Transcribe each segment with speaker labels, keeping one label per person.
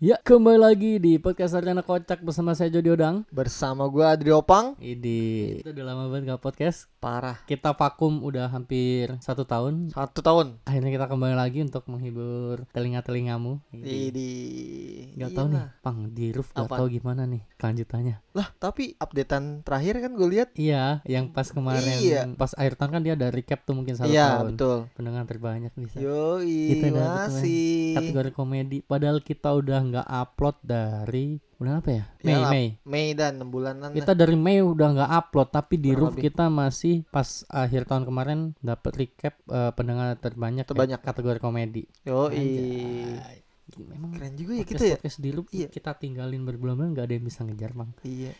Speaker 1: Ya, kembali lagi di podcast Sarjana Kocak bersama saya Jody Odang.
Speaker 2: Bersama gue Adri Opang
Speaker 1: Ini itu udah lama banget gak podcast.
Speaker 2: Parah
Speaker 1: Kita vakum udah hampir satu tahun.
Speaker 2: Satu tahun
Speaker 1: Akhirnya kita kembali lagi untuk menghibur telinga-telingamu.
Speaker 2: Di,
Speaker 1: Ini.
Speaker 2: di...
Speaker 1: Gak
Speaker 2: iya
Speaker 1: Iya. tahu nih,
Speaker 2: iyalah.
Speaker 1: Pang di roof gak
Speaker 2: Apa?
Speaker 1: tahu gimana nih kelanjutannya.
Speaker 2: Lah tapi updatean terakhir kan gue lihat
Speaker 1: Iya, yang pas kemarin
Speaker 2: Iya.
Speaker 1: pas akhir tahun kan dia ada recap tuh mungkin satu
Speaker 2: Iya
Speaker 1: tahun.
Speaker 2: betul
Speaker 1: Pendengar terbanyak bisa.
Speaker 2: Yoi
Speaker 1: Kita udah ada
Speaker 2: masih
Speaker 1: Kategori komedi. Padahal kita udah nggak upload dari bulan apa ya? Mei,
Speaker 2: Iyalah,
Speaker 1: Mei.
Speaker 2: Mei dan 6 bulanan
Speaker 1: Kita dari Mei udah nggak upload tapi di
Speaker 2: Kurang
Speaker 1: roof
Speaker 2: lebih.
Speaker 1: kita masih pas akhir tahun kemarin dapat recap eh, pendengar terbanyak ya,
Speaker 2: Terbanyak.
Speaker 1: kategori komedi.
Speaker 2: Yoi
Speaker 1: Anjay. Memang
Speaker 2: Keren juga ya
Speaker 1: podcast,
Speaker 2: kita ya
Speaker 1: podcast di roof
Speaker 2: Iya.
Speaker 1: kita tinggalin berbulan-bulan nggak ada yang bisa ngejar bang.
Speaker 2: Iya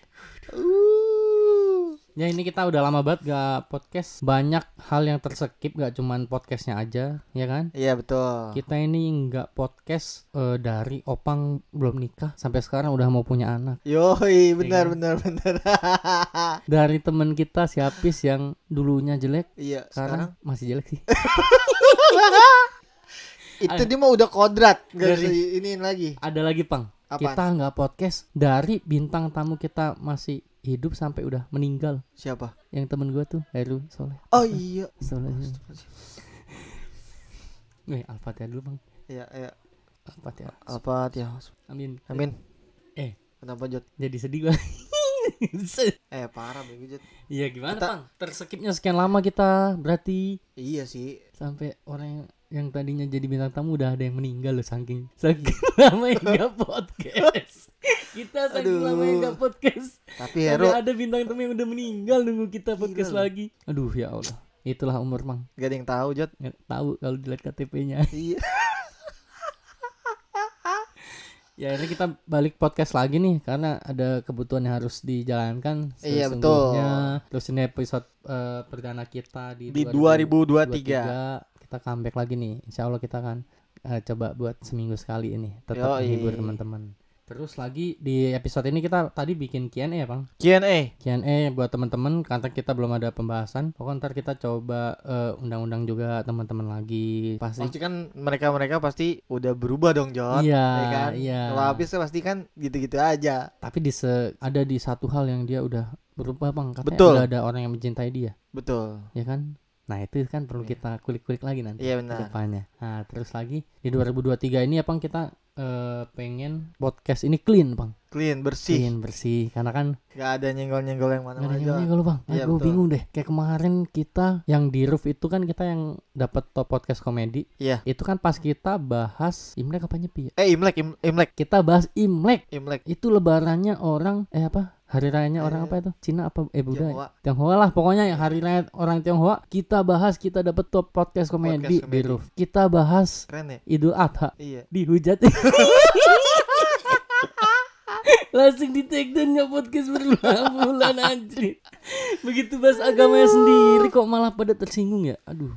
Speaker 2: Uh.
Speaker 1: Ya ini kita udah lama banget gak podcast banyak hal yang terskip gak cuman podcastnya aja ya kan.
Speaker 2: Iya betul
Speaker 1: Kita ini nggak podcast eh, dari opang belum nikah sampai sekarang udah mau punya anak.
Speaker 2: Yoi
Speaker 1: Iya.
Speaker 2: benar benar benar
Speaker 1: Dari temen kita si Apis yang dulunya jelek
Speaker 2: Iya sekarang
Speaker 1: sekarang masih jelek sih.
Speaker 2: Itu dia mah udah kodrat Gak
Speaker 1: Dari-
Speaker 2: bisa iniin lagi
Speaker 1: Ada lagi pang. Iya Kita
Speaker 2: Apa
Speaker 1: nggak podcast dari bintang tamu kita masih hidup sampai udah meninggal.
Speaker 2: Siapa
Speaker 1: Yang temen gue tuh Heru Soleh.
Speaker 2: Oh iya
Speaker 1: Soleh. Nih Al-Fatihah dulu bang.
Speaker 2: Iya iya
Speaker 1: Al-Fatihah.
Speaker 2: Apa ya
Speaker 1: Amin.
Speaker 2: Amin.
Speaker 1: Eh.
Speaker 2: Kenapa Jod?
Speaker 1: Jadi sedih gue.
Speaker 2: Eh parah bego Jod.
Speaker 1: Iya gimana
Speaker 2: Kita-
Speaker 1: Pang? Terskipnya sekian lama kita berarti
Speaker 2: Iya sih.
Speaker 1: sampai orang yang, yang tadinya jadi bintang tamu udah ada yang meninggal loh saking saking lama yang gak podcast. Kita saking
Speaker 2: Aduh.
Speaker 1: lama yang gak podcast.
Speaker 2: Tapi
Speaker 1: Sampai
Speaker 2: Hero
Speaker 1: ada bintang tamu yang udah meninggal nunggu kita podcast
Speaker 2: Gila loh.
Speaker 1: lagi. Aduh ya Allah. Itulah umur Mang.
Speaker 2: gak ada yang tahu Jod.
Speaker 1: Nggak tahu kalau dilihat KTP-nya.
Speaker 2: Iya.
Speaker 1: Ya akhirnya kita balik podcast lagi nih karena ada kebutuhan yang harus dijalankan
Speaker 2: Iya, betul.
Speaker 1: sesungguhnya. Terus ini episode eh, perdana kita di,
Speaker 2: Di
Speaker 1: 2000 23,
Speaker 2: 2023.
Speaker 1: kita comeback lagi nih insya Allah kita akan eh, coba buat seminggu sekali ini tetap
Speaker 2: Yoi.
Speaker 1: menghibur teman-teman terus lagi di episode ini kita tadi bikin Q&A ya bang
Speaker 2: Q&A.
Speaker 1: Q&A buat teman-teman karena kita belum ada pembahasan pokoknya ntar kita coba eh, undang-undang juga teman-teman lagi pasti
Speaker 2: Pasti kan mereka-mereka pasti udah berubah dong Jod.
Speaker 1: iya
Speaker 2: ya kan?
Speaker 1: iya
Speaker 2: Kalau habis tuh pasti kan gitu-gitu aja.
Speaker 1: tapi di se- ada di satu hal yang dia udah berubah bang katanya
Speaker 2: Betul.
Speaker 1: udah ada orang yang mencintai dia
Speaker 2: Betul.
Speaker 1: ya kan nah itu kan perlu
Speaker 2: Iya.
Speaker 1: kita kulik-kulik lagi nanti
Speaker 2: Iya
Speaker 1: ke
Speaker 2: benar.
Speaker 1: depannya. Nah, terus lagi di 2023 ini apa kita eh, pengen podcast ini clean, Bang.
Speaker 2: Clean, bersih.
Speaker 1: Clean bersih karena kan
Speaker 2: Gak ada nyenggol-nyenggol yang
Speaker 1: nggak ada
Speaker 2: mana-mana
Speaker 1: yang
Speaker 2: Jod.
Speaker 1: kalau Bang.
Speaker 2: Iya,
Speaker 1: gue
Speaker 2: betul.
Speaker 1: bingung deh. Kayak kemarin kita yang di roof itu kan kita yang dapat top podcast komedi.
Speaker 2: Iya.
Speaker 1: Itu kan pas kita bahas Imlek apa Nyepi ya?
Speaker 2: Eh Imlek, Im- Imlek,
Speaker 1: Kita bahas Imlek.
Speaker 2: Imlek.
Speaker 1: Itu lebarannya orang eh apa? Hari rayanya orang
Speaker 2: Eh,
Speaker 1: apa itu? Cina apa eh Buddha? ya?
Speaker 2: Jawa.
Speaker 1: Tionghoa lah pokoknya yang hari raya orang Tionghoa kita bahas kita dapat top podcast komedi, di
Speaker 2: komedi.
Speaker 1: roof. Kita bahas
Speaker 2: Keren ya?
Speaker 1: Idul Adha
Speaker 2: Iya.
Speaker 1: dihujat langsung di take down nggak podcast berbulan-bulan anjir begitu bahas agamanya sendiri kok malah pada tersinggung ya aduh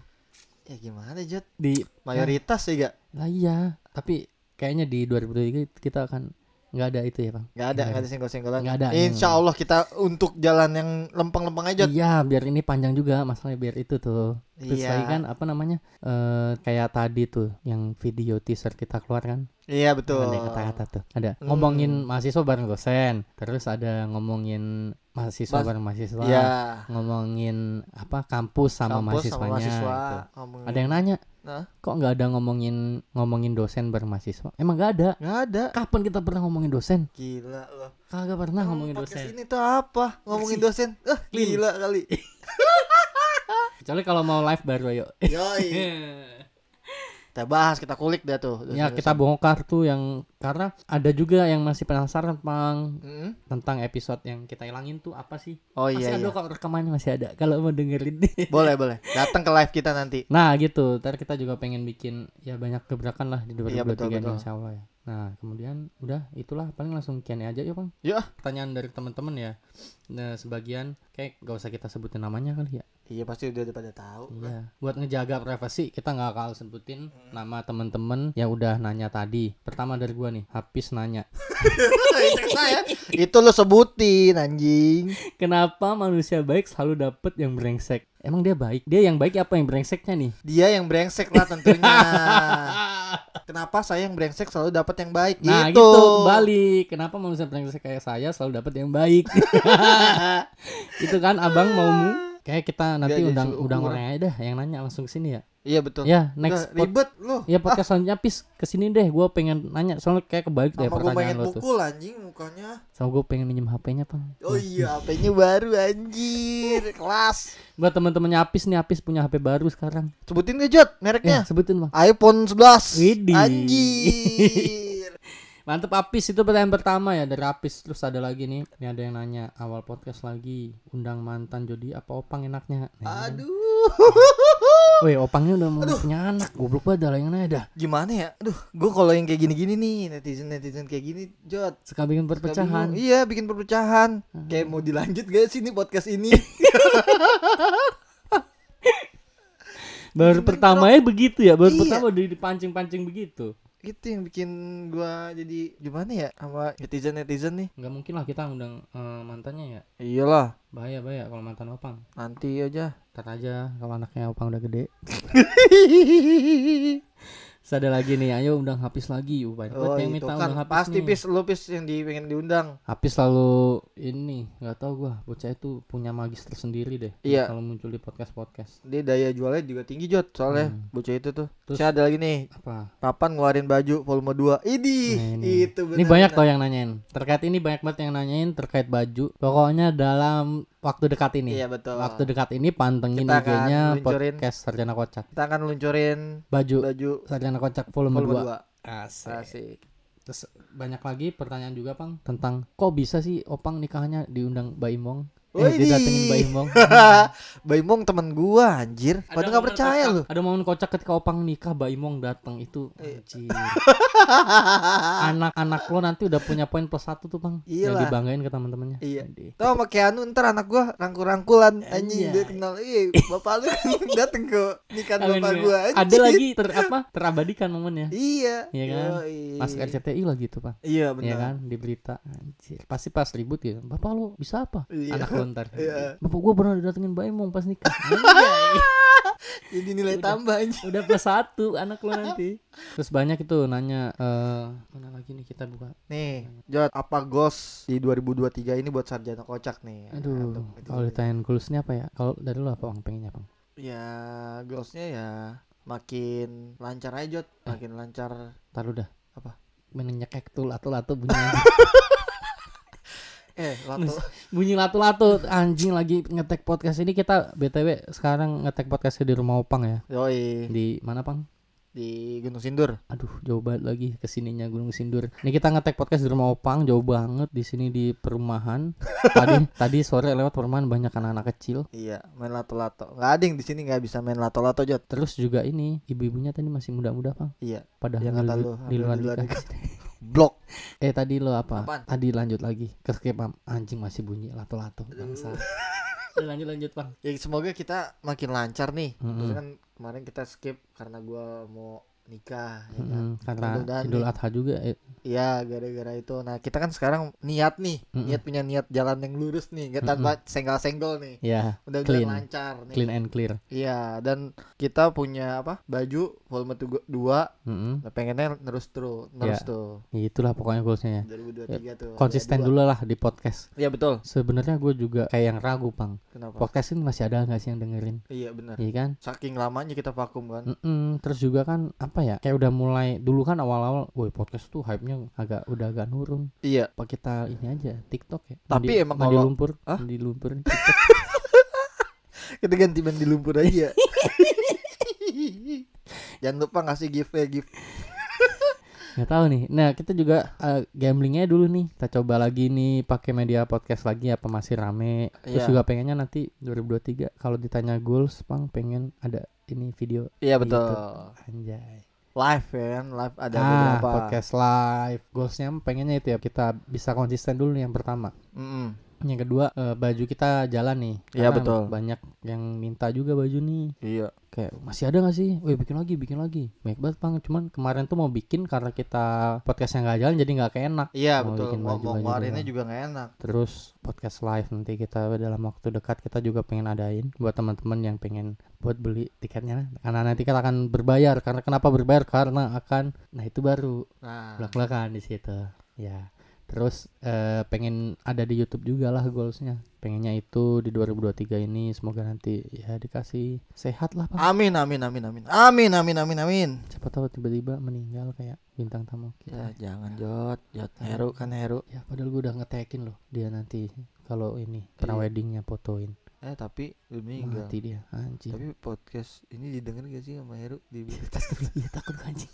Speaker 2: Ya gimana Jod?
Speaker 1: di
Speaker 2: Mayoritas sih gak?
Speaker 1: lah iya tapi kayaknya di 2023 kita akan nggak ada itu ya bang
Speaker 2: Gak ada, gak ada senggol-senggolan.
Speaker 1: Nggak ada.
Speaker 2: Insya Allah kita untuk jalan yang lempeng-lempeng aja. Iya. Jod.
Speaker 1: iya biar ini panjang juga masalahnya biar itu tuh terus lagi kan apa namanya eh kayak tadi tuh yang video teaser kita keluar kan
Speaker 2: Iya betul.
Speaker 1: Ada kata-kata tuh. Ada
Speaker 2: Hmm.
Speaker 1: ngomongin mahasiswa bareng dosen, terus ada ngomongin mahasiswa
Speaker 2: Mas-
Speaker 1: bareng mahasiswa,
Speaker 2: Iya.
Speaker 1: ngomongin apa kampus sama
Speaker 2: Kampus
Speaker 1: mahasiswanya.
Speaker 2: sama mahasiswa.
Speaker 1: gitu.
Speaker 2: Ngomongin.
Speaker 1: Ada yang nanya,
Speaker 2: Nah.
Speaker 1: kok nggak ada ngomongin ngomongin dosen bareng mahasiswa? Emang nggak ada.
Speaker 2: Nggak ada.
Speaker 1: Kapan kita pernah ngomongin dosen?
Speaker 2: Gila loh.
Speaker 1: Kagak pernah ngomongin
Speaker 2: Podcast
Speaker 1: dosen.
Speaker 2: ini tuh apa? Ngomongin dosen. Eh,
Speaker 1: Clean.
Speaker 2: gila kali.
Speaker 1: Kecuali kalau mau live baru ayo.
Speaker 2: Yoi. Kita bahas, kita kulik dah tuh.
Speaker 1: ya kita bongkar tuh yang karena ada juga yang masih penasaran Pang,
Speaker 2: Mm-mm.
Speaker 1: tentang episode yang kita ilangin tuh apa sih?
Speaker 2: Oh
Speaker 1: masih
Speaker 2: iya,
Speaker 1: ada
Speaker 2: iya.
Speaker 1: kok rekamannya masih ada kalau mau dengerin.
Speaker 2: Boleh, boleh. Datang ke live kita nanti.
Speaker 1: Nah gitu, ntar kita juga pengen bikin ya banyak gebrakan lah di 2023
Speaker 2: Iya, betul,
Speaker 1: ini
Speaker 2: betul.
Speaker 1: insya Allah ya. Nah kemudian udah itulah paling langsung Q&A aja ya bang.
Speaker 2: Ya.
Speaker 1: Pertanyaan dari teman-teman ya. Nah sebagian kayak gak usah kita sebutin namanya kali ya.
Speaker 2: Iya pasti udah pada tahu.
Speaker 1: Iya. Buat ngejaga privasi kita nggak bakal sebutin nama temen-temen yang udah nanya tadi. Pertama dari gua nih, habis nanya.
Speaker 2: Cek saya. ya. Itu lo sebutin anjing.
Speaker 1: Kenapa manusia baik selalu dapet yang brengsek? Emang dia baik? Dia yang baik apa yang brengseknya nih?
Speaker 2: Dia yang brengsek lah tentunya. Kenapa saya yang brengsek selalu dapat yang baik
Speaker 1: Nah
Speaker 2: gitu.
Speaker 1: gitu, balik. Kenapa manusia brengsek kayak saya selalu dapet yang baik? Itu kan abang mau mu? Kayak kita nanti
Speaker 2: jadi
Speaker 1: undang
Speaker 2: sebuah
Speaker 1: undang
Speaker 2: ukuran.
Speaker 1: orangnya aja dah yang nanya langsung kesini ya.
Speaker 2: Iya betul.
Speaker 1: Ya
Speaker 2: Udah,
Speaker 1: next pod-
Speaker 2: ribet Ah. lo.
Speaker 1: Ya podcast selanjutnya pis kesini deh. Gua pengen nanya soalnya kayak kebalik deh
Speaker 2: Sama gue
Speaker 1: pertanyaan
Speaker 2: pengen
Speaker 1: lo tuh.
Speaker 2: pukul anjing mukanya.
Speaker 1: Sama gue pengen minjem HP-nya pang.
Speaker 2: Oh iya, HP-nya baru anjir. Kelas.
Speaker 1: Buat teman-temannya Apis nih Apis punya HP baru sekarang.
Speaker 2: Sebutin gak Jod
Speaker 1: Ya,
Speaker 2: mereknya?
Speaker 1: sebutin bang.
Speaker 2: Iya. iPhone 11.
Speaker 1: Widih.
Speaker 2: Anjir.
Speaker 1: Mantep Apis itu pertanyaan pertama ya dari Apis. Terus ada lagi nih. Ini ada yang nanya awal podcast lagi. Undang mantan Jody apa Opang enaknya? Nah,
Speaker 2: Aduh.
Speaker 1: Weh Opangnya udah mau punya anak. Goblok banget ada yang nanya dah.
Speaker 2: Gimana ya? Aduh, gue kalau yang kayak gini-gini nih, netizen-netizen kayak gini, Jod.
Speaker 1: Suka bikin
Speaker 2: Suka bingung.
Speaker 1: perpecahan.
Speaker 2: Iya, bikin perpecahan. Kayak mau dilanjut gak sih nih podcast ini?
Speaker 1: Baru pertamanya begitu ya. Baru
Speaker 2: Iya.
Speaker 1: pertama udah dipancing-pancing begitu.
Speaker 2: itu Gitu yang bikin gua jadi gimana ya sama netizen-netizen nih.
Speaker 1: Nggak mungkin lah kita undang eh, mantannya ya.
Speaker 2: Iyalah,
Speaker 1: Bahaya bahaya kalau mantan Opang.
Speaker 2: nanti aja.
Speaker 1: Ntar aja kalau anaknya Opang udah gede. Terus ada lagi nih, ayo undang Hafiz lagi. Uh, banyak banget
Speaker 2: Oh,
Speaker 1: yang
Speaker 2: itu
Speaker 1: minta
Speaker 2: kan
Speaker 1: undang Hafiz
Speaker 2: pasti
Speaker 1: nih.
Speaker 2: pis lu pis yang di pengen diundang.
Speaker 1: Hafiz selalu ini, nggak tahu gua, bocah itu punya magis tersendiri deh.
Speaker 2: Iya.
Speaker 1: Kalau muncul di podcast-podcast.
Speaker 2: Dia daya jualnya juga tinggi Jod soalnya bocah itu tuh.
Speaker 1: Hmm. Terus-
Speaker 2: Terus ada lagi nih,
Speaker 1: Apa?
Speaker 2: kapan ngeluarin baju volume 2? Idih,
Speaker 1: Nah, ini.
Speaker 2: itu benar.
Speaker 1: ini banyak tau yang nanyain. Terkait ini banyak banget yang nanyain terkait baju. Pokoknya dalam waktu dekat ini.
Speaker 2: Iya betul.
Speaker 1: Waktu dekat ini pantengin
Speaker 2: Kita akan
Speaker 1: IG-nya
Speaker 2: luncurin.
Speaker 1: podcast Sarjana Kocak.
Speaker 2: Kita akan luncurin
Speaker 1: Baju
Speaker 2: baju
Speaker 1: Sarjana Kocak volume,
Speaker 2: volume
Speaker 1: 2.
Speaker 2: 2.
Speaker 1: Asik.
Speaker 2: Asik.
Speaker 1: Terus banyak lagi pertanyaan juga Pang tentang kok bisa sih Opang nikahannya diundang Mbak Imong? Eh,
Speaker 2: Widih.
Speaker 1: dia datengin Mbak Imong.
Speaker 2: Bayi Mong temen gua anjir. Padahal nggak percaya lu.
Speaker 1: Ada momen kocak ketika Opang nikah Mbak Imong datang itu
Speaker 2: Iya.
Speaker 1: anjir. Anak-anak lo nanti udah punya poin plus satu tuh Pang. Yang
Speaker 2: Iyalah.
Speaker 1: dibanggain ke teman-temannya.
Speaker 2: Iya.
Speaker 1: Jadi,
Speaker 2: Tuh sama Keanu ntar anak gua rangkul-rangkulan anjing
Speaker 1: Anjay.
Speaker 2: dia kenal iya bapak lu dateng ke nikahan
Speaker 1: kangen
Speaker 2: Kan bapak
Speaker 1: gue.
Speaker 2: gua anjing.
Speaker 1: ya. Ada lagi ter apa? Terabadikan momennya.
Speaker 2: Iya.
Speaker 1: Iya kan?
Speaker 2: Yoi.
Speaker 1: Pas RCTI lah gitu Pang.
Speaker 2: Iya benar.
Speaker 1: Iya kan di berita anjir. Pasti pas ribut gitu. Bapak lo bisa apa?
Speaker 2: Iya.
Speaker 1: Anak lo ntar.
Speaker 2: Iya.
Speaker 1: Bapak gua pernah didatengin Mbak Imong pas nikah.
Speaker 2: Jadi nilai
Speaker 1: Udah.
Speaker 2: tambah anjing.
Speaker 1: udah plus satu anak lo nanti terus banyak itu nanya eh mana lagi nih kita buka
Speaker 2: Nih, Jod, apa goals di 2023 ini buat sarjana kocak nih?
Speaker 1: aduh
Speaker 2: Untuk
Speaker 1: Ya,
Speaker 2: itu.
Speaker 1: kalau ditanyain goalsnya apa ya kalau dari lo apa bang pengennya bang
Speaker 2: Ya, goalsnya ya makin lancar aja, Jod.
Speaker 1: Eh.
Speaker 2: Makin lancar.
Speaker 1: taruh dah
Speaker 2: Apa?
Speaker 1: menenyekek tuh latu latu bunyi
Speaker 2: Eh, lato.
Speaker 1: bunyi latu latu anjing lagi ngetek podcast ini kita btw sekarang ngetek podcastnya di rumah opang ya
Speaker 2: Yoi,
Speaker 1: di mana pang
Speaker 2: di Gunung Sindur.
Speaker 1: aduh jauh banget lagi kesininya Gunung Sindur. Ini kita ngetek podcast di rumah Opang jauh banget di sini di perumahan. Tadi tadi sore lewat perumahan banyak anak-anak kecil.
Speaker 2: Iya, main lato-lato. Gak ada yang di sini nggak bisa main lato-lato, Jod.
Speaker 1: Terus juga ini ibu-ibunya tadi masih muda-muda pang.
Speaker 2: Iya,
Speaker 1: Padahal
Speaker 2: Yang kata lu,
Speaker 1: di
Speaker 2: hamil
Speaker 1: luar
Speaker 2: di luar
Speaker 1: nikah.
Speaker 2: blok.
Speaker 1: eh tadi lo apa?
Speaker 2: Apaan?
Speaker 1: Tadi lanjut lagi. Keskip Am. anjing masih bunyi lato-lato bangsa. Udah lanjut lanjut bang.
Speaker 2: Ya semoga kita makin lancar nih.
Speaker 1: Mm-mm.
Speaker 2: Terus kan kemarin kita skip karena gua mau nikah ya kan.
Speaker 1: Mm-mm, karena
Speaker 2: Mudah-mudahan ya.
Speaker 1: Idul
Speaker 2: nih.
Speaker 1: Adha juga. Eh,
Speaker 2: Iya, gara-gara itu. Nah, kita kan sekarang niat nih,
Speaker 1: Mm-mm.
Speaker 2: niat punya niat jalan yang lurus nih, nggak tanpa senggol-senggol nih.
Speaker 1: ya
Speaker 2: Mudah-mudahan
Speaker 1: Clean.
Speaker 2: lancar nih.
Speaker 1: clean and clear.
Speaker 2: Iya, dan kita punya apa? Baju volume 2
Speaker 1: Mm-mm.
Speaker 2: pengennya nerus terus,
Speaker 1: Iya.
Speaker 2: nerus tuh.
Speaker 1: Itulah pokoknya goalsnya ya.
Speaker 2: 2023 tuh.
Speaker 1: Konsisten
Speaker 2: dua.
Speaker 1: dulu lah di podcast.
Speaker 2: Iya, betul.
Speaker 1: Sebenarnya gue juga kayak yang ragu pang.
Speaker 2: Kenapa?
Speaker 1: Podcast ini masih ada nggak sih yang dengerin?
Speaker 2: Iya, benar.
Speaker 1: Iya kan?
Speaker 2: Saking lamanya kita vakum
Speaker 1: Mm.
Speaker 2: kan.
Speaker 1: Mm-mm. Terus juga kan apa ya? Kayak udah mulai dulu kan awal-awal, woi podcast tuh hype-nya agak udah agak nurun.
Speaker 2: Iya.
Speaker 1: apa kita ini aja TikTok ya? Mandi-
Speaker 2: Tapi emang
Speaker 1: mandi
Speaker 2: kalau-
Speaker 1: lumpur,
Speaker 2: Hah?
Speaker 1: mandi lumpur TikTok.
Speaker 2: Kita ganti ban di lumpur aja. Jangan lupa ngasih gift ya gift.
Speaker 1: Nggak tahu nih. Nah, kita juga eh, gamblingnya dulu nih. Kita coba lagi nih pakai media podcast lagi apa masih rame. Terus
Speaker 2: Iya.
Speaker 1: juga pengennya nanti 2023 kalau ditanya goals, Pang pengen ada ini video
Speaker 2: Iya
Speaker 1: di
Speaker 2: betul.
Speaker 1: YouTube. Anjay.
Speaker 2: Live ya kan, live ada
Speaker 1: ah,
Speaker 2: beberapa.
Speaker 1: podcast live. Goalsnya pengennya itu ya kita bisa konsisten dulu nih yang pertama.
Speaker 2: Mm-mm.
Speaker 1: Yang kedua eh, baju kita jalan nih.
Speaker 2: Iya,
Speaker 1: Karena
Speaker 2: betul.
Speaker 1: Banyak yang minta juga baju nih.
Speaker 2: Iya.
Speaker 1: Kayak masih ada gak sih? Wih bikin lagi, bikin lagi. Baik banget bang. Cuman kemarin tuh mau bikin karena kita podcastnya nggak jalan jadi nggak keenak.
Speaker 2: Iya
Speaker 1: Mau
Speaker 2: betul.
Speaker 1: bikin
Speaker 2: Mau gitu.
Speaker 1: baju-baju
Speaker 2: mau ngeluarinnya
Speaker 1: doang.
Speaker 2: juga nggak enak.
Speaker 1: Terus podcast live nanti kita dalam waktu dekat kita juga pengen adain buat teman-teman yang pengen buat beli tiketnya. Karena nanti kita akan berbayar. Karena kenapa berbayar? Karena akan. Nah itu baru
Speaker 2: Nah,
Speaker 1: belak-belakan di situ. Ya. Terus eh, pengen ada di YouTube juga lah goalsnya. Pengennya itu di 2023 ini semoga nanti ya dikasih sehat lah Pak.
Speaker 2: amin amin amin amin amin amin amin amin.
Speaker 1: Siapa tahu tiba-tiba meninggal kayak bintang tamu kita.
Speaker 2: Ya jangan Jot, Jot Heru kan Heru.
Speaker 1: Ya padahal gue udah ngetekin loh dia nanti kalau ini pernah
Speaker 2: Iya.
Speaker 1: weddingnya fotoin
Speaker 2: Eh tapi udah meninggal.
Speaker 1: mati dia anjing.
Speaker 2: Tapi podcast ini didengar gak sih sama Heru? Di
Speaker 1: Iya takut gua, anjing.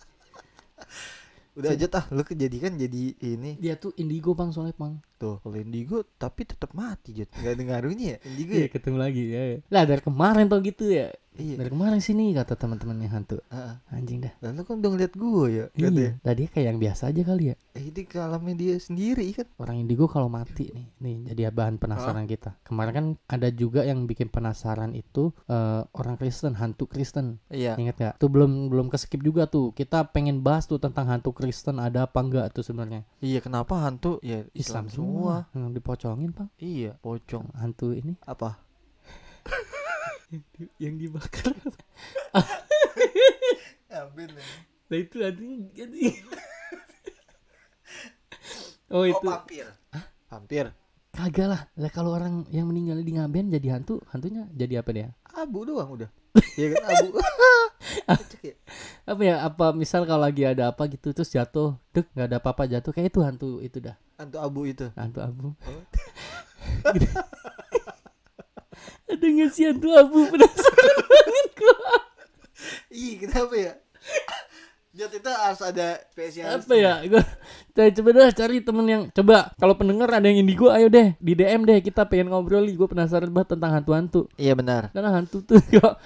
Speaker 2: udah aja tah, lu kejadikan jadi ini
Speaker 1: Dia tuh indigo bang soalnya bang.
Speaker 2: tuh kalau indigo tapi tetap mati Jot. Gak ada ngaruhnya ya indigo ya.
Speaker 1: Iya ketemu lagi ya. ya. Lah dari kemarin tau gitu ya.
Speaker 2: Iya.
Speaker 1: Dari kemarin sini kata teman-temannya hantu.
Speaker 2: Heeh.
Speaker 1: Anjing dah.
Speaker 2: Dan lu kan udah ngeliat gua ya,
Speaker 1: Iya.
Speaker 2: katanya.
Speaker 1: Lah dia kayak yang biasa aja kali ya.
Speaker 2: Eh, ini ke alamnya dia sendiri kan.
Speaker 1: orang indigo kalau mati nih nih jadi bahan penasaran kita kemarin kan ada juga yang bikin penasaran itu eh, orang Kristen hantu Kristen
Speaker 2: Iya.
Speaker 1: ingat nggak tuh belum belum keskip juga tuh kita pengen bahas tuh tentang hantu Kristen ada apa enggak tuh sebenarnya
Speaker 2: Iya, kenapa hantu? Ya
Speaker 1: Islam, semua yang dipocongin pak
Speaker 2: Iya, pocong.
Speaker 1: hantu ini
Speaker 2: Apa?
Speaker 1: yang dibakar
Speaker 2: Ya,
Speaker 1: nah itu anjing oh itu
Speaker 2: hampir. Hampir.
Speaker 1: kagak lah lah kalau orang yang meninggal di ngaben jadi hantu hantunya jadi apa dia
Speaker 2: Abu doang udah. Iya kan abu. Kocak ya?
Speaker 1: apa ya apa misal kalau lagi ada apa gitu terus jatuh dek nggak ada apa-apa jatuh kayak itu hantu itu dah
Speaker 2: Hantu abu itu.
Speaker 1: hantu abu
Speaker 2: Oh.
Speaker 1: Gitu. ada nggak sih hantu abu penasaran banget gua
Speaker 2: Ih, kenapa ya? Jat itu harus ada spesial.
Speaker 1: apa ya gua coba, coba dah cari temen yang coba kalau pendengar ada yang indigo ayo deh di DM deh kita pengen ngobrol gue penasaran banget tentang hantu-hantu
Speaker 2: Iya benar.
Speaker 1: karena hantu tuh kok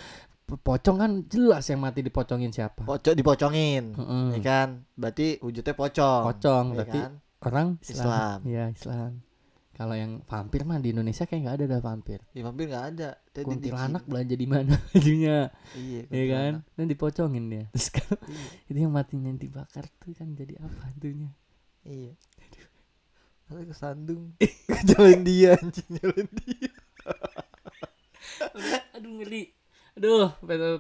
Speaker 1: pocong kan jelas yang mati dipocongin siapa
Speaker 2: Pocok dipocongin.
Speaker 1: Mm-mm.
Speaker 2: Ya kan? Berarti wujudnya pocong.
Speaker 1: pocong
Speaker 2: Ya
Speaker 1: berarti
Speaker 2: kan?
Speaker 1: orang
Speaker 2: Islam.
Speaker 1: Islam. Iya, Islam. Kalau yang vampir mah di Indonesia kayak nggak ada dah vampir.
Speaker 2: Ya, hampir nggak ada. Tadi di
Speaker 1: Kuntilanak belanja di mana bajunya,
Speaker 2: Cina. Iya,
Speaker 1: ya kan?
Speaker 2: kuntilanak.
Speaker 1: Dan dipocongin dia. Terus kalau itu yang matinya yang dibakar tuh kan jadi apa hantunya?
Speaker 2: Iya. Ada kesandung. Jalan dia anjing, jalan dia.
Speaker 1: Aduh ngeri. Aduh,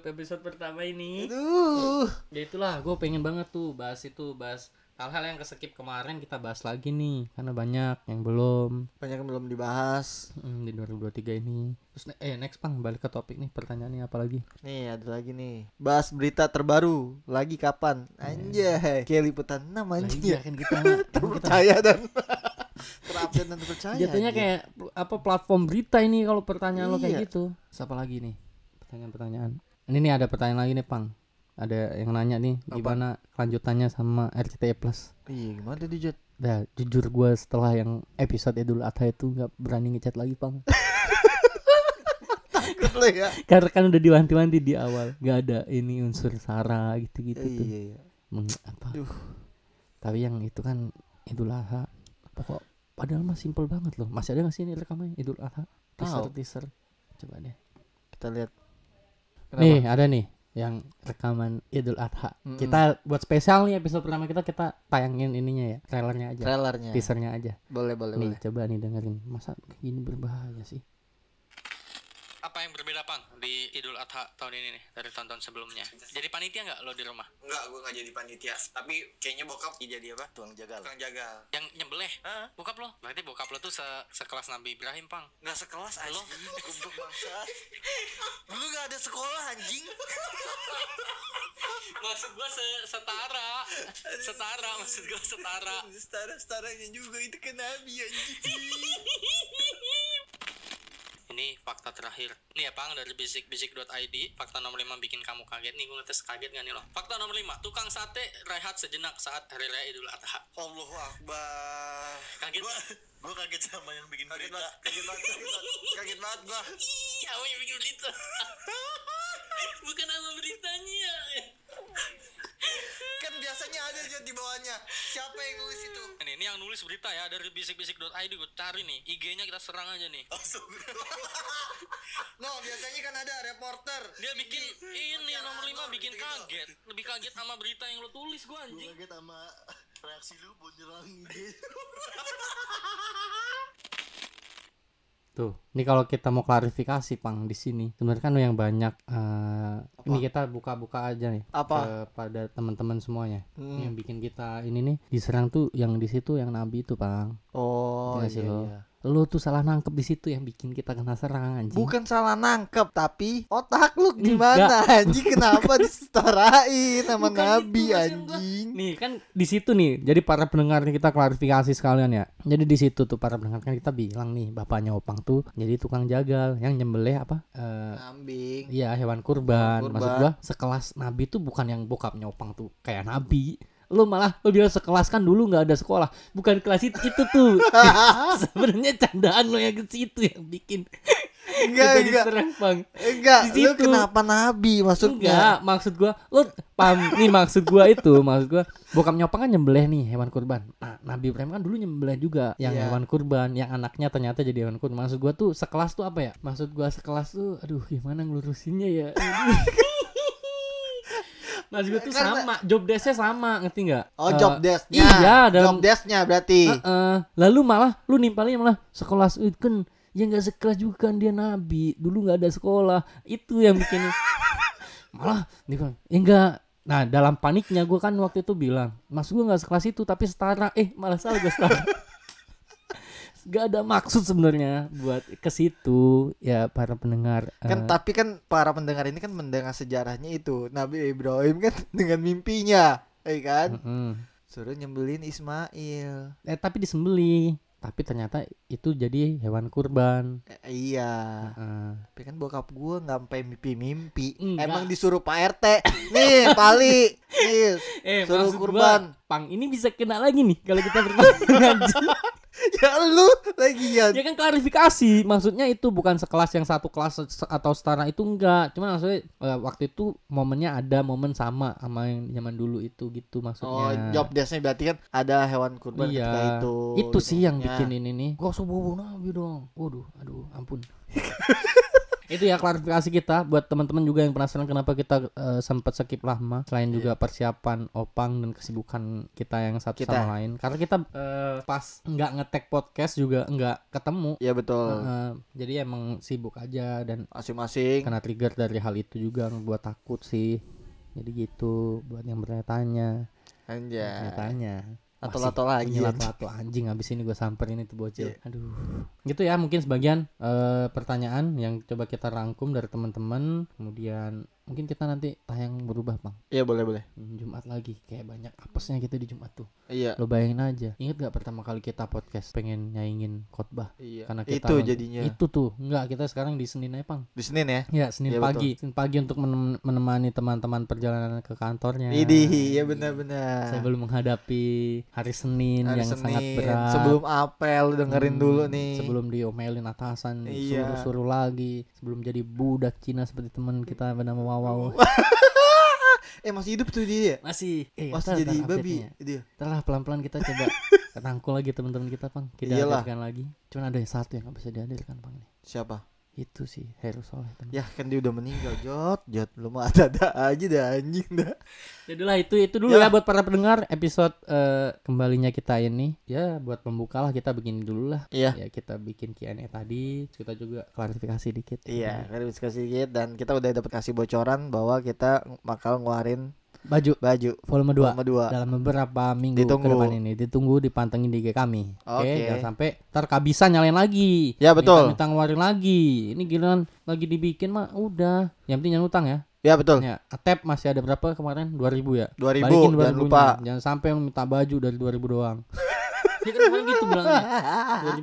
Speaker 1: episode pertama ini.
Speaker 2: Aduh.
Speaker 1: Ya itulah, gue pengen banget tuh bahas itu, bahas hal-hal yang keskip kemarin kita bahas lagi nih, karena banyak yang belum
Speaker 2: Banyak yang belum dibahas.
Speaker 1: mm, di 2023 ini. Terus ne- eh next pang balik ke topik nih, pertanyaannya apa lagi?
Speaker 2: Nih ada lagi nih Bahas berita terbaru Lagi kapan Anjay Kayak liputan 6 anjing
Speaker 1: Lagi
Speaker 2: ya
Speaker 1: kan kita, emang kita
Speaker 2: Terpercaya dan Terupdate dan terpercaya
Speaker 1: Jatuhnya
Speaker 2: anjing.
Speaker 1: kayak pl- apa platform berita ini kalau pertanyaan lo
Speaker 2: Iya.
Speaker 1: kayak gitu. Siapa lagi nih? Pertanyaan-pertanyaan. Ini nih ada pertanyaan lagi nih, Pang. Ada yang nanya nih
Speaker 2: Apa?
Speaker 1: gimana kelanjutannya sama RCTI Plus.
Speaker 2: Iya gimana tadi Jod
Speaker 1: Nah, jujur gue setelah yang episode Idul Adha itu nggak berani ngechat lagi, Pang.
Speaker 2: Takut lo ya
Speaker 1: Karena kan udah diwanti-wanti di awal, nggak ada ini unsur sara gitu-gitu tuh.
Speaker 2: Iya iya
Speaker 1: Hmm, apa?
Speaker 2: Duh.
Speaker 1: Tapi yang itu kan Idul Adha. Pokok padahal mah simple banget loh. Masih ada nggak sih ini rekamannya Idul Adha? Teaser,
Speaker 2: Tahu.
Speaker 1: teaser. Coba deh.
Speaker 2: Kita lihat
Speaker 1: Nih ada nih yang rekaman Idul Adha.
Speaker 2: Mm-mm.
Speaker 1: Kita buat spesial nih episode pertama kita kita tayangin ininya ya, trailernya aja,
Speaker 2: Trailernya
Speaker 1: teasernya aja.
Speaker 2: Boleh boleh
Speaker 1: Nih
Speaker 3: ya.
Speaker 2: boleh
Speaker 1: coba nih dengerin. Masa kayak gini berbahaya sih?
Speaker 3: apa yang berbeda pang di Idul Adha tahun ini nih dari tahun-tahun sebelumnya? Jadi panitia nggak lo di rumah?
Speaker 4: Enggak, gue nggak jadi panitia. Tapi kayaknya bokap jadi apa? Tuang jagal. Tukang jagal.
Speaker 3: Yang nyembelih?
Speaker 4: Hah?
Speaker 3: Bokap lo? Berarti bokap lo tuh se- sekelas Nabi Ibrahim pang.
Speaker 4: Nggak sekelas anjing. Goblok bangsa. Dulu nggak ada sekolah anjing.
Speaker 3: Maksud gua se- setara, setara maksud gua setara.
Speaker 4: Setara-setaranya juga itu kan nabi anjing.
Speaker 3: Ini fakta terakhir. Nih ya pang dari bisik-bisik.id fakta nomor 5 bikin kamu kaget nih gua ngetes kaget gak nih lo? Fakta nomor 5 tukang sate rehat sejenak saat hari raya Idul Adha.
Speaker 4: Allahu akbar.
Speaker 3: Kaget.
Speaker 4: Gua gue kaget sama yang bikin kaget berita. Kaget banget, kaget banget, kaget banget gua.
Speaker 3: Ih, kamu yang bikin berita. Bukan nama beritanya.
Speaker 4: kan biasanya ada aja di bawahnya siapa yang nulis itu
Speaker 3: Ini, ini yang nulis berita ya dari bisik-bisik.id gue cari nih IG-nya kita serang aja nih.
Speaker 4: langsung no biasanya kan ada reporter
Speaker 3: Dia bikin ini
Speaker 4: Mutiara
Speaker 3: nomor 5
Speaker 4: Anwar, gitu.
Speaker 3: bikin
Speaker 4: gitu-gitu.
Speaker 3: kaget, lebih kaget sama berita yang lo tulis gue
Speaker 5: Gue
Speaker 3: anjing.
Speaker 5: kaget sama reaksi lu mau nyerang dia.
Speaker 1: Tuh, ini kalau kita mau klarifikasi pang di sini, sebenarnya kan yang banyak eh, ini kita buka-buka aja nih
Speaker 2: Apa?
Speaker 1: kepada teman-teman semuanya.
Speaker 2: Hmm.
Speaker 1: Yang bikin kita ini nih diserang tuh yang di situ yang nabi itu, Pang.
Speaker 2: Oh,
Speaker 1: Iya
Speaker 2: iya,
Speaker 1: sih,
Speaker 2: iya.
Speaker 1: lo. Lu tuh salah nangkep di situ yang bikin kita kena serang anjing.
Speaker 2: Bukan salah nangkep tapi otak lu gimana anjing kenapa disetarain sama
Speaker 1: Bukan itu maksud
Speaker 2: Nabi
Speaker 1: gua.
Speaker 2: anjing.
Speaker 1: Nih kan di situ nih. Jadi para pendengar nih kita klarifikasi sekalian ya. Jadi di situ tuh para pendengar kan kita bilang nih bapaknya Opang tuh jadi tukang jagal yang nyembelih apa? Eh,
Speaker 2: Kambing.
Speaker 1: Iya hewan kurban.
Speaker 2: Hewan kurban.
Speaker 1: Maksud gua sekelas nabi tuh bukan yang bokapnya opang tuh kayak nabi. Lu malah lu bilang sekelas kan dulu nggak ada sekolah. Bukan kelas itu, itu tuh. Sebenarnya candaan lo yang ke situ yang bikin kita
Speaker 2: Enggak, enggak.
Speaker 1: diserang bang.
Speaker 2: Enggak,
Speaker 1: Di
Speaker 2: lu
Speaker 1: situ.
Speaker 2: kenapa Nabi maksudnya?
Speaker 1: Enggak, maksud gua lu paham nih maksud gua itu, maksud gua bokapnya opang kan nyembelih nih hewan kurban. Nah, Nabi Ibrahim kan dulu nyembelih juga yang
Speaker 2: Iya.
Speaker 1: hewan kurban, yang anaknya ternyata jadi hewan kurban. Maksud gua tuh sekelas tuh apa ya? Maksud gua sekelas tuh aduh gimana ngelurusinnya ya. maksud gua tuh
Speaker 2: Karena-
Speaker 1: sama, job desk-nya sama, ngerti nggak?
Speaker 2: Oh,
Speaker 1: Eh,
Speaker 2: job desk-nya.
Speaker 1: Iya,
Speaker 2: job
Speaker 1: dalam Eh,
Speaker 2: desk-nya berarti.
Speaker 1: Heeh. lalu malah lu nimpalnya malah sekelas itu kan ya nggak sekelas juga kan dia nabi dulu nggak ada sekolah itu yang bikin malah dia bilang ya enggak nah dalam paniknya gue kan waktu itu bilang mas gue nggak sekelas itu tapi setara eh malah salah gue setara nggak ada maksud sebenarnya buat ke situ ya para pendengar
Speaker 2: kan
Speaker 1: eh,
Speaker 2: tapi kan para pendengar ini kan mendengar sejarahnya itu Nabi Ibrahim kan dengan mimpinya, ya kan?
Speaker 1: mm-mm.
Speaker 2: Suruh nyembelin Ismail.
Speaker 1: eh tapi disembeli tapi ternyata itu jadi hewan kurban Nah,
Speaker 2: Eh, iya.
Speaker 1: Heeh.
Speaker 2: Tapi kan bokap gua nggak sampai mimpi-mimpi.
Speaker 1: Enggak.
Speaker 2: Emang disuruh Pak RT. Nih, Pali. Nih,
Speaker 1: Eh,
Speaker 2: Suruh
Speaker 1: maksud
Speaker 2: kurban.
Speaker 1: gua, pang ini bisa kena lagi nih kalau kita berkurban.
Speaker 2: ya lu lagi ya.
Speaker 1: ya kan klarifikasi, maksudnya itu bukan sekelas yang satu kelas se- atau setara itu enggak. Cuma maksudnya eh, waktu itu momennya ada momen sama sama yang zaman dulu itu gitu
Speaker 2: Oh,
Speaker 1: maksudnya.
Speaker 2: job desk-nya berarti kan ada hewan kurban
Speaker 1: Iya.
Speaker 2: ketika itu.
Speaker 1: Itu sih yang
Speaker 2: Ya.
Speaker 1: bikin ini nih. Nah. Gua subuh nabi dong. Waduh, aduh, ampun. itu ya klarifikasi kita buat teman-teman juga yang penasaran kenapa kita eh, sempat skip lama selain juga persiapan opang dan kesibukan Iya. kita yang satu
Speaker 2: Kita.
Speaker 1: sama lain karena kita eh, pas nggak ngetek podcast juga nggak ketemu
Speaker 2: Ya betul.
Speaker 1: Heeh, jadi emang sibuk aja dan
Speaker 2: Masing-masing.
Speaker 1: kena trigger dari hal itu juga buat takut sih jadi gitu buat yang bertanya-tanya Iya.
Speaker 2: Anjay.
Speaker 1: bertanya
Speaker 2: Lato-lato lagi.
Speaker 1: Ini lato-lato anjing habis ini gue samperin itu bocil.
Speaker 2: Iya.
Speaker 1: Aduh. Gitu ya mungkin sebagian eh, pertanyaan yang coba kita rangkum dari teman-teman. Kemudian mungkin kita nanti tayang berubah, Bang.
Speaker 2: Iya, boleh boleh.
Speaker 1: Hmm, Jumat lagi kayak banyak apesnya gitu di Jumat tuh.
Speaker 2: Iya.
Speaker 1: Lo bayangin aja. Ingat gak pertama kali kita podcast pengen nyaingin khotbah?
Speaker 2: Iya.
Speaker 1: Karena kita
Speaker 2: itu
Speaker 1: nonton-
Speaker 2: jadinya.
Speaker 1: Itu tuh. Enggak, kita sekarang di Senin aja, Bang.
Speaker 2: Di Senin ya.
Speaker 1: Ya, Senin
Speaker 2: Iya,
Speaker 1: pagi. Senin pagi untuk menem- menemani teman-teman perjalanan ke kantornya.
Speaker 2: Idih, ya
Speaker 1: Saya
Speaker 2: benar-benar.
Speaker 1: belum menghadapi hari Senin
Speaker 2: Hari
Speaker 1: yang sangat
Speaker 2: Senin.
Speaker 1: berat.
Speaker 2: Sebelum apel lu dengerin
Speaker 1: Hmm,
Speaker 2: dulu nih.
Speaker 1: Sebelum diomelin atasan,
Speaker 2: Iya.
Speaker 1: suruh-suruh lagi, sebelum jadi budak Cina seperti teman kita bernama Wawaw.
Speaker 2: eh masih hidup tuh dia. ya?
Speaker 1: Masih eh,
Speaker 2: Masih
Speaker 1: ntar-
Speaker 2: jadi
Speaker 1: ntar
Speaker 2: babi
Speaker 1: update-nya. ya.
Speaker 2: dia.
Speaker 1: Ntar lah pelan-pelan kita coba rangkul lagi teman-teman kita, Pang. Kita
Speaker 2: Iyalah.
Speaker 1: hadirkan lagi. Cuman ada yang satu yang nggak bisa dihadirkan, Pang. nih.
Speaker 2: Siapa?
Speaker 1: Itu sih Heru Soleh, teman.
Speaker 2: Ya kan dia udah meninggal, Jot. Jot lu mah ada-ada aja dah anjing dah.
Speaker 1: Jadilah itu itu dulu ya buat para pendengar episode eh, kembalinya kita ini ya buat pembuka lah kita begini dulu lah
Speaker 2: Iya.
Speaker 1: ya kita bikin Q&A tadi terus kita juga klarifikasi dikit
Speaker 2: Iya, klarifikasi dikit dan kita udah dapat kasih bocoran bahwa kita bakal ngeluarin
Speaker 1: baju
Speaker 2: baju
Speaker 1: volume 2
Speaker 2: sama dua.
Speaker 1: dalam beberapa minggu
Speaker 2: Ditunggu.
Speaker 1: ke depan ini ditunggu dipantengin di IG kami oke
Speaker 2: Oke.
Speaker 1: jangan sampai ntar kehabisan nyalain lagi
Speaker 2: Ya, betul.
Speaker 1: minta ngeluarin lagi ini giliran lagi dibikin mah udah yang penting jangan utang ya
Speaker 2: Ya betul.
Speaker 1: ya tap masih ada berapa kemarin 2000 ya
Speaker 2: 2000,
Speaker 1: Balikin
Speaker 2: jangan
Speaker 1: 2000-nya.
Speaker 2: lupa.
Speaker 1: jangan sampai yang minta baju dari 2000 doang ya kan kemarin gitu bilangnya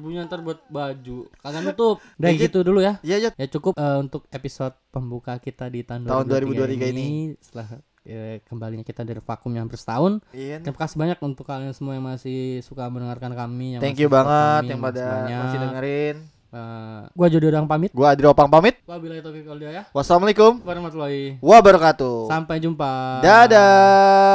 Speaker 1: 2000 nya ntar buat baju kagak nutup udah
Speaker 2: Dikit.
Speaker 1: gitu dulu ya
Speaker 2: Iya, Jot.
Speaker 1: ya cukup eh, untuk episode pembuka kita di tahun,
Speaker 2: Tahun
Speaker 1: 2023
Speaker 2: 2023
Speaker 1: ini, setelah eh, kembalinya kita dari vakum yang hampir setahun
Speaker 2: Iya. kan?
Speaker 1: terima kasih banyak untuk kalian semua yang masih suka mendengarkan kami yang
Speaker 2: Thank
Speaker 1: masih
Speaker 2: you
Speaker 1: support
Speaker 2: banget
Speaker 1: kami, makasih
Speaker 2: yang pada
Speaker 1: banyak.
Speaker 2: masih dengerin.
Speaker 1: Eh, gua jadi orang pamit.
Speaker 2: Gua Adri Opang pamit.
Speaker 1: Wabillahi taufiq wal hidayah.
Speaker 2: Wassalamualaikum
Speaker 1: Warahmatullahi.
Speaker 2: warahmatullahi
Speaker 1: Sampai jumpa.
Speaker 2: Dadah.